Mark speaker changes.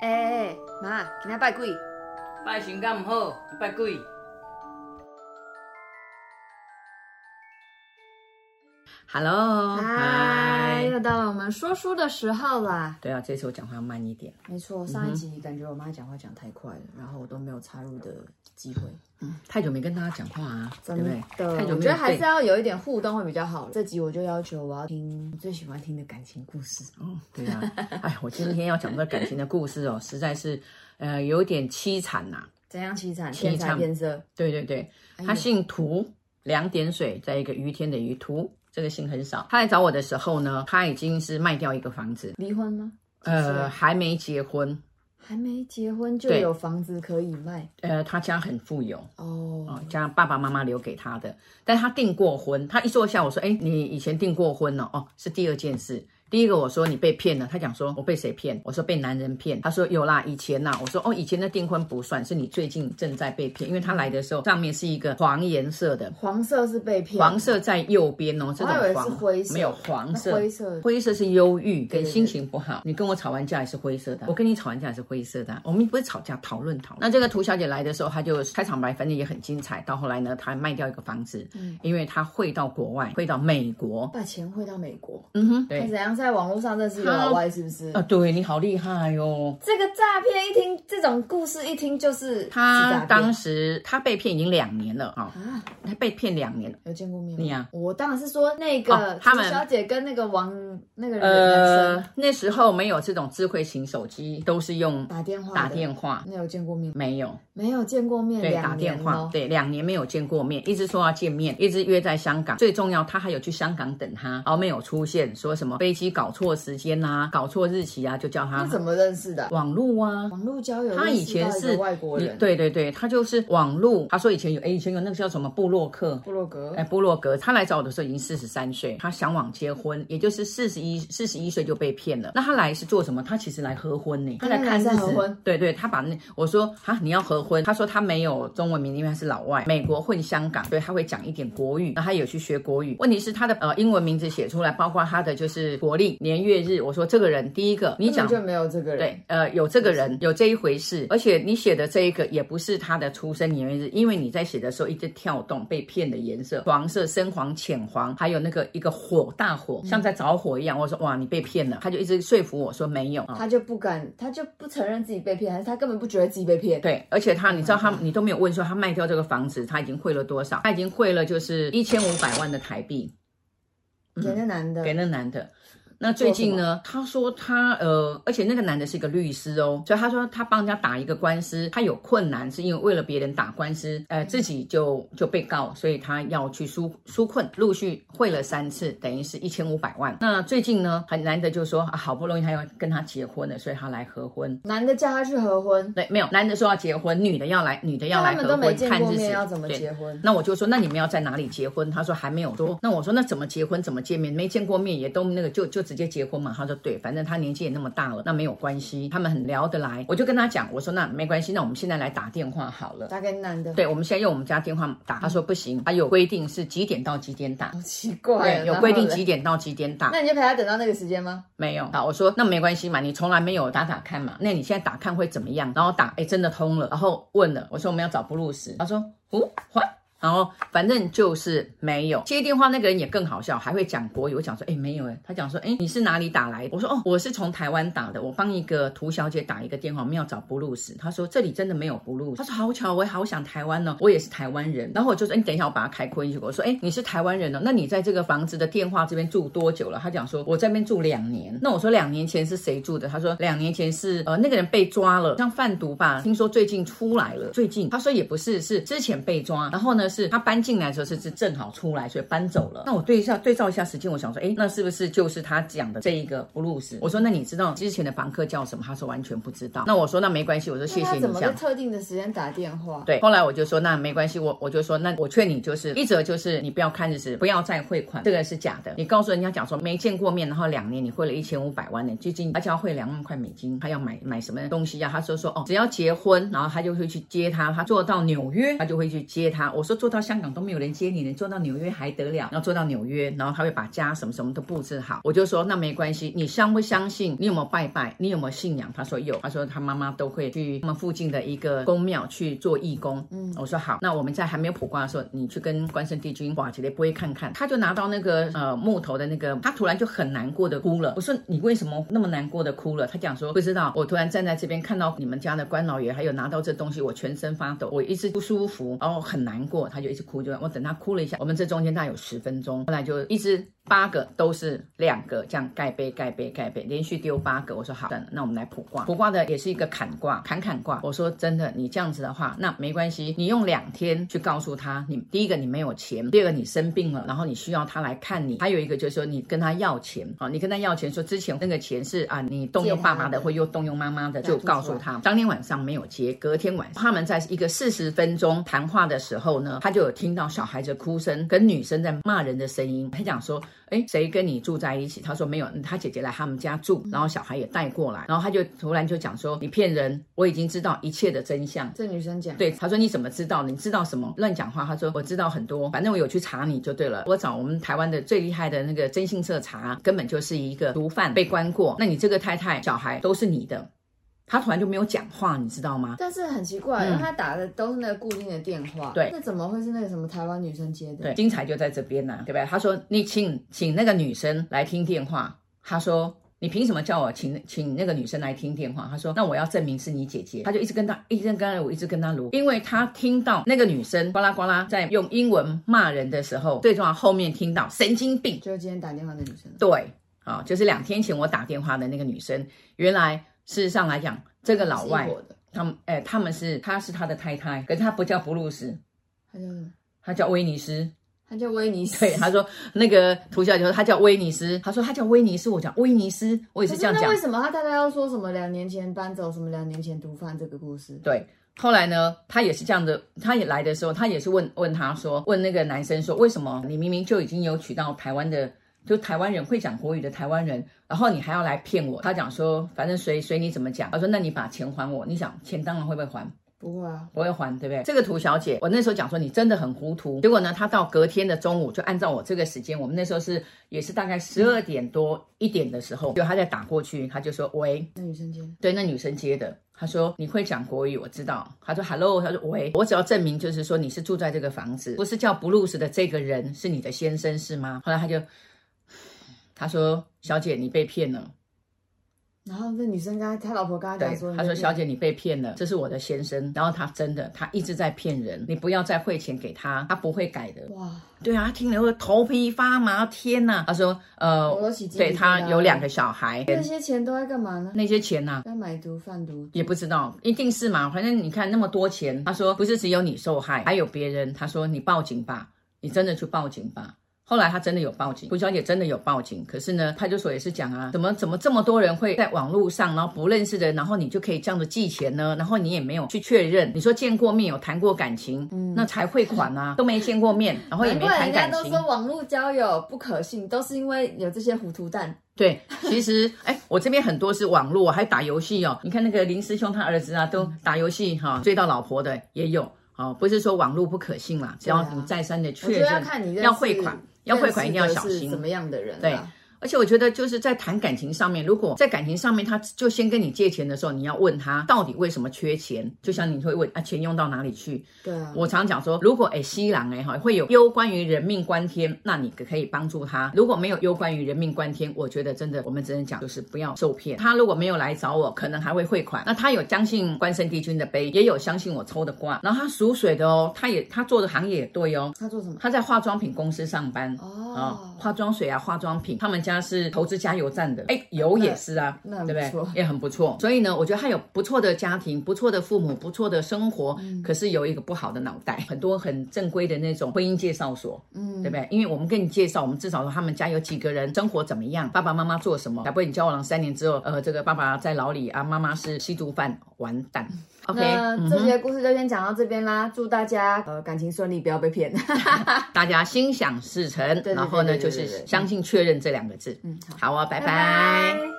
Speaker 1: 哎、欸，妈，今仔拜鬼，
Speaker 2: 拜神敢毋好，拜鬼。Hello，
Speaker 1: 嗨，又到了我们说书的时候啦。
Speaker 2: 对啊，这次我讲话要慢一点。
Speaker 1: 没错，
Speaker 2: 嗯
Speaker 1: 上一集感觉我妈讲话讲太快了，然后我都没有插入的机会，
Speaker 2: 嗯，太久没跟大家讲话啊，对
Speaker 1: 真
Speaker 2: 不
Speaker 1: 的
Speaker 2: 对？太久
Speaker 1: 我
Speaker 2: 没
Speaker 1: 觉
Speaker 2: 有
Speaker 1: 得还
Speaker 2: 被
Speaker 1: 是要有一点互动会比较好。这集我就要求我要听我最喜欢听的感情故事。
Speaker 2: 哦，对啊， 哎，我今天要讲这感情的故事哦，实在是，呃，有点凄惨呐、
Speaker 1: 怎样凄惨？
Speaker 2: 凄
Speaker 1: 天才
Speaker 2: 惨
Speaker 1: 变色。
Speaker 2: 对对对，
Speaker 1: 哎呦
Speaker 2: 他姓涂，两点水，在一个于天的于涂，这个姓很少。他来找我的时候呢，他已经是卖掉一个房子，
Speaker 1: 离婚吗？
Speaker 2: 呃，
Speaker 1: 是
Speaker 2: 还没结婚，
Speaker 1: 还没结婚就
Speaker 2: 对
Speaker 1: 有房子可以卖
Speaker 2: 呃，他家很富有。
Speaker 1: 哦
Speaker 2: 哦，，加上爸爸妈妈留给他的，但他订过婚。他一坐下，我说：“哎，你以前订过婚了、哦？”是第二件事。第一个我说你被骗了，他讲说我被谁骗？我说被男人骗。他说有啦，以前呐、我说哦，以前的订婚不算，是你最近正在被骗，因为他来的时候上面是一个黄颜色的，
Speaker 1: 黄色是被骗，
Speaker 2: 黄色在右边哦，这
Speaker 1: 我还以为
Speaker 2: 种
Speaker 1: 是
Speaker 2: 黄
Speaker 1: 灰色
Speaker 2: 没有黄
Speaker 1: 那
Speaker 2: 色，
Speaker 1: 灰色
Speaker 2: 灰色是忧郁
Speaker 1: 对
Speaker 2: 跟
Speaker 1: 对
Speaker 2: 心情不好。你跟我吵完架也是灰色的，啊我跟你吵完架也是灰色的。我们不是吵架，讨论讨论。那这个涂小姐来的时候，她就开场白，反正也很精彩。到后来呢，她卖掉一个房子，
Speaker 1: 嗯
Speaker 2: 因为她汇到国外，汇到美国。
Speaker 1: 把钱汇到美国。
Speaker 2: 嗯哼，
Speaker 1: 他
Speaker 2: 对，
Speaker 1: 怎样在网络上认识一个老外？是不是？
Speaker 2: 啊，对你好厉害哟、哦。
Speaker 1: 这个诈骗一听，这种故事一听就是是诈
Speaker 2: 她
Speaker 1: 骗
Speaker 2: 当时她被骗已经两年了啊、
Speaker 1: 啊，
Speaker 2: 哦，她被骗两年了。
Speaker 1: 有见过面吗？
Speaker 2: 你啊
Speaker 1: 我当然是说那个
Speaker 2: 哦他们
Speaker 1: 朱小姐跟那个王那个人男
Speaker 2: 呃
Speaker 1: 生，
Speaker 2: 那时候没有这种智慧型手机，都是用
Speaker 1: 打电话，
Speaker 2: 打电，话，
Speaker 1: 那有见过面吗？
Speaker 2: 没有。
Speaker 1: 没有见过面，
Speaker 2: 对，
Speaker 1: 两
Speaker 2: 打电
Speaker 1: 年哦
Speaker 2: 话
Speaker 1: 咯，
Speaker 2: 对，两年没有见过面，一直说要见面，一直约在香港。最重要，他还有去香港等他，然后没有出现，说什么飞机搞错时间啦、搞错日期啊，就叫他
Speaker 1: 那怎么认识的？
Speaker 2: 网路啊。
Speaker 1: 网络交友，
Speaker 2: 他以前
Speaker 1: 认识到一
Speaker 2: 是
Speaker 1: 个外国人，，
Speaker 2: 对对对，他就是网路。他说以前有，哎，以前有那个叫什么布洛克，
Speaker 1: 布洛格
Speaker 2: 哎，，布洛格，他来找我的时候已经四十三岁，他向往结婚，也就是四十一四十一岁就被骗了。那他来是做什么？他其实来合婚呢，他来看日
Speaker 1: 嗯他来合
Speaker 2: 子
Speaker 1: 婚。
Speaker 2: 对对，他把那我说啊，你要合婚，他说他没有中文名，因为他是老外，美国混香港，所以他会讲一点国语，那他有去学国语。问题是他的呃英文名字写出来，包括他的就是国历、年月日。我说这个人，第一个你
Speaker 1: 根
Speaker 2: 讲
Speaker 1: 本就没有这个人，
Speaker 2: 对，呃，有这个人，有这一回事，而且你写的这一个也不是他的出生年月日，因为你在写的时候一直跳动，被骗的颜色，黄色、深黄、浅黄，还有那个一个火，大火，像在着火一样。我说哇，你被骗了，他就一直说服我说没有啊。
Speaker 1: 他就不敢，他就不承认自己被骗，还是他根本不觉得自己被骗？
Speaker 2: 对，而且他，你知道他，你都没有问说他卖掉这个房子，他已经汇了多少？他已经汇了就是一千五百万的台币，
Speaker 1: 给那男的
Speaker 2: 嗯给那男的。那最近呢，他说他呃，而且那个男的是一个律师哦，所以他说他帮人家打一个官司，他有困难是因为为了别人打官司，呃，自己就就被告，所以他要去纾纾困，陆续汇了三次，等于是一千五百万。那最近呢，很难得就说啊，好不容易他要跟他结婚了，所以他来合婚。
Speaker 1: 男的叫他去合婚，
Speaker 2: 对，没有，男的说要结婚，女的要来，女的要
Speaker 1: 那
Speaker 2: 来
Speaker 1: 他们
Speaker 2: 合
Speaker 1: 都没
Speaker 2: 婚，
Speaker 1: 见
Speaker 2: 看
Speaker 1: 过
Speaker 2: 日
Speaker 1: 面，
Speaker 2: 子
Speaker 1: 要怎么
Speaker 2: 对
Speaker 1: 结婚？
Speaker 2: 那我就说，那你们要在哪里结婚？他说还没有说。那我说那怎么结婚？怎么见面？没见过面也都那个就就直接结婚嘛。他说对，反正他年纪也那么大了，那没有关系，他们很聊得来。我就跟他讲，我说那没关系，那我们现在来打电话好了。
Speaker 1: 打给男的，
Speaker 2: 对，我们现在用我们家电话打。他说不行，他有规定是几点到几点打。
Speaker 1: 好奇怪哦，
Speaker 2: 对，有规定
Speaker 1: 然后嘞
Speaker 2: 几点到几点打。
Speaker 1: 那你就陪他等到那个时间吗？
Speaker 2: 没有啊，我说那没关系嘛，你从来没有打打看嘛，那你现在打看会怎么样？然后打哎真的通了，然后问了，我说我们要找布鲁斯，他说哦换。然后反正就是没有接电话，那个人也更好笑，还会讲国语。我讲说，哎，没有哎，他讲说，哎，你是哪里打来的？我说，哦，我是从台湾打的，我帮一个涂小姐打一个电话，我们要找布鲁斯。他说这里真的没有布鲁斯。他说好巧，我也好想台湾哦，我也是台湾人。然后我就说，哎你等一下，我把他开扩音器。我说，哎，你是台湾人哦，那你在这个房子的电话这边住多久了？他讲说，我在那边住两年。那我说两年前是谁住的？他说两年前是呃那个人被抓了，像贩毒吧，听说最近出来了。最近他说也不是，是之前被抓，然后呢是他搬进来的时候是是正好出来，所以搬走了。那我对一下对照一下时间，我想说，哎，那是不是就是他讲的这一个布鲁斯？我说那你知道之前的房客叫什么？他说完全不知道。那我说那没关系，我说谢
Speaker 1: 那
Speaker 2: 谢
Speaker 1: 他
Speaker 2: 你
Speaker 1: 怎么
Speaker 2: 这
Speaker 1: 在
Speaker 2: 样。
Speaker 1: 特定的时间打电话？
Speaker 2: 对，后来我就说那没关系，我我就说那我劝你就是一则就是你不要看日子，不要再汇款，这个是假的。你告诉人家讲说没见过面，然后两年你汇了一千五百万呢，最近他就要汇两万块美金，他要买买什么东西啊？他说说哦，只要结婚，然后他就会去接他，他坐到纽约，他就会去接他。我说做到香港都没有人接你，你做到纽约还得了？然后做到纽约，然后他会把家什么什么都布置好。我就说那没关系，你相不相信？你有没有拜拜？你有没有信仰？他说有，他说他妈妈都会去他们附近的一个宫庙去做义工。嗯，我说好，那我们在还没有卜卦的时候，你去跟关圣帝君、寡姐姐不会看看。他就拿到那个呃木头的那个，他突然就很难过的哭了。我说你为什么那么难过的哭了？他讲说不知道，我突然站在这边看到你们家的关老爷还有拿到这东西，我全身发抖，我一直不舒服，然后很难过，他就一直哭，就我等他哭了一下，我们这中间大概有十分钟，后来就一直八个都是两个这样盖杯盖杯盖杯，连续丢八个。我说好，算了，那我们来卜卦，卜卦的也是一个坎卦，坎坎卦。我说真的，你这样子的话，那没关系，你用两天去告诉他，你第一个你没有钱，第二个你生病了，然后你需要他来看你，还有一个就是说你跟他要钱，好，你跟他要钱，说之前那个钱是啊，你动用爸爸的，或又动用妈妈的，就告诉他，当天晚上没有接，隔天晚上他们在一个四十分钟谈话的时候呢，他就有听到小孩子哭声跟女生在骂人的声音，他讲说，哎，谁跟你住在一起？他说没有，他姐姐来他们家住，然后小孩也带过来，然后他就突然就讲说，你骗人，我已经知道一切的真相，
Speaker 1: 这女生讲，
Speaker 2: 对，他说你怎么知道？你知道什么？乱讲话。他说我知道很多，反正我有去查你就对了。我找我们台湾的最厉害的那个征信社查，根本就是一个毒贩被关过。那你这个太太、小孩都是你的。他突然就没有讲话，你知道吗？
Speaker 1: 但是很奇怪，
Speaker 2: 嗯
Speaker 1: 因为他打的都是那个固定的电话，
Speaker 2: 对
Speaker 1: 那怎么会是那个什么台湾女生接的？
Speaker 2: 对，精彩就在这边呢、对吧？他说你请请那个女生来听电话，他说。你凭什么叫我请请那个女生来听电话？他说：“那我要证明是你姐姐。”他就一直跟他，一直跟他，我一直跟他撸，因为他听到那个女生呱啦呱啦在用英文骂人的时候，最重要后面听到神经病，
Speaker 1: 就是今天打电话的女生，
Speaker 2: 对，啊、就是两天前我打电话的那个女生，原来事实上来讲，这个老外
Speaker 1: 是我的，
Speaker 2: 他们，哎，他们是他是他的太太，可是他不叫布鲁斯，
Speaker 1: 她叫什么？
Speaker 2: 他叫威尼斯。
Speaker 1: 她叫威尼斯。
Speaker 2: 对，他说那个涂小姐说他叫威尼斯，他说他叫威尼斯，我讲威尼斯，我也
Speaker 1: 可
Speaker 2: 是
Speaker 1: 是
Speaker 2: 这样
Speaker 1: 那
Speaker 2: 讲
Speaker 1: 为。什么他大概要说什么两年前搬走，什么两年前毒贩这个故事？
Speaker 2: 对，后来呢，他也是这样的，他也来的时候，他也是问问他说，问那个男生说，为什么你明明就已经有娶到台湾的，就台湾人会讲国语的台湾人，然后你还要来骗我？他讲说，反正随随你怎么讲。他说，那你把钱还我，你想钱当然会不会还？
Speaker 1: 不会啊，
Speaker 2: 不会还，对不对？这个涂小姐，我那时候讲说你真的很糊涂。结果呢，她到隔天的中午，就按照我这个时间，我们那时候是也是大概十二点多一点的时候，就她在打过去，她就说喂，
Speaker 1: 那女生接的，
Speaker 2: 对，那女生接的，她说你会讲国语，我知道。她说 hello，她说喂，我只要证明就是说你是住在这个房子，不是叫 Bruce 的这个人是你的先生是吗？后来她就，她说小姐你被骗了。
Speaker 1: 然后那女生跟他他老婆跟他
Speaker 2: 对
Speaker 1: 讲说，，
Speaker 2: 他说：“小
Speaker 1: 姐，
Speaker 2: 姐，你被骗了，这是我的先生。”然后他真的，他一直在骗人，你不要再汇钱给他，他不会改的。
Speaker 1: 哇，
Speaker 2: 对啊，他听了会头皮发麻，天哪！他说：“呃
Speaker 1: 我都起，鸡皮
Speaker 2: 对
Speaker 1: 疙瘩
Speaker 2: 他
Speaker 1: 了
Speaker 2: 有两个小孩，
Speaker 1: 那些钱都在干嘛呢？
Speaker 2: 那些钱呐、
Speaker 1: 在买毒贩毒，
Speaker 2: 也不知道，一定是嘛，反正你看那么多钱。”他说：“不是只有你受害，还有别人。”他说：“你报警吧，你真的去报警吧。”后来他真的有报警，胡小姐真的有报警。可是呢，派出所也是讲啊，怎么怎么这么多人会在网络上，然后不认识的人，然后你就可以这样子寄钱呢？然后你也没有去确认，你说见过面有谈过感情，那才汇款啊，都没见过面，然后也
Speaker 1: 嗯难
Speaker 2: 没
Speaker 1: 怪
Speaker 2: 谈
Speaker 1: 人家
Speaker 2: 感
Speaker 1: 都
Speaker 2: 情。
Speaker 1: 说网络交友不可信，都是因为有这些糊涂蛋。
Speaker 2: 对，其实哎，我这边很多是网络，还打游戏哦。你看那个林师兄他儿子啊，都打游戏哈、
Speaker 1: 嗯
Speaker 2: 追到老婆的也有哦，不是说网络不可信啦，只要
Speaker 1: 对啊
Speaker 2: 你再三的
Speaker 1: 我觉
Speaker 2: 确
Speaker 1: 得
Speaker 2: 认，
Speaker 1: 要看你认识
Speaker 2: 要汇款，要汇款一定要
Speaker 1: 认
Speaker 2: 小
Speaker 1: 识的
Speaker 2: 心
Speaker 1: 是怎。么样的人啊
Speaker 2: 对
Speaker 1: 啦。
Speaker 2: 而且我觉得就是在谈感情上面，如果在感情上面，他就先跟你借钱的时候，你要问他到底为什么缺钱，就像你会问啊，钱用到哪里去？
Speaker 1: 对啊，
Speaker 2: 我常讲说，如果诶西郎诶哈会有攸关于人命关天，那你可以帮助他；如果没有攸关于人命关天，我觉得真的我们只能讲就是不要受骗。他如果没有来找我，可能还会汇款。那他有相信关圣帝君的杯，也有相信我抽的卦，然后他属水的哦，他也他做的行业也对哦，
Speaker 1: 他做什么？
Speaker 2: 他在化妆品公司上班。啊
Speaker 1: 哦，，
Speaker 2: 化妆水啊，化妆品，他们家是投资加油站的，哎，油也是啊，
Speaker 1: 那很
Speaker 2: 对不
Speaker 1: 不
Speaker 2: 对
Speaker 1: 错？
Speaker 2: 也很不错。所以呢，我觉得他有不错的家庭，不错的父母，不错的生活，
Speaker 1: 嗯
Speaker 2: 可是有一个不好的脑袋，很多很正规的那种婚姻介绍所，
Speaker 1: 嗯
Speaker 2: 对不对？因为我们跟你介绍，我们至少说他们家有几个人，生活怎么样，爸爸妈妈做什么，才不会你交往了三年之后，呃，这个爸爸在牢里啊，妈妈是吸毒犯，完蛋。OK，
Speaker 1: 嗯
Speaker 2: 嗯
Speaker 1: 那这节故事就先讲到这边啦，祝大家呃感情顺利，不要被骗。
Speaker 2: 大家心想事成，
Speaker 1: 对对
Speaker 2: 然后呢，
Speaker 1: 对对
Speaker 2: 就
Speaker 1: 对
Speaker 2: 是
Speaker 1: 对对
Speaker 2: 相信确认这两个字。
Speaker 1: 嗯，好，
Speaker 2: 好啊，拜
Speaker 1: 拜
Speaker 2: 拜
Speaker 1: 拜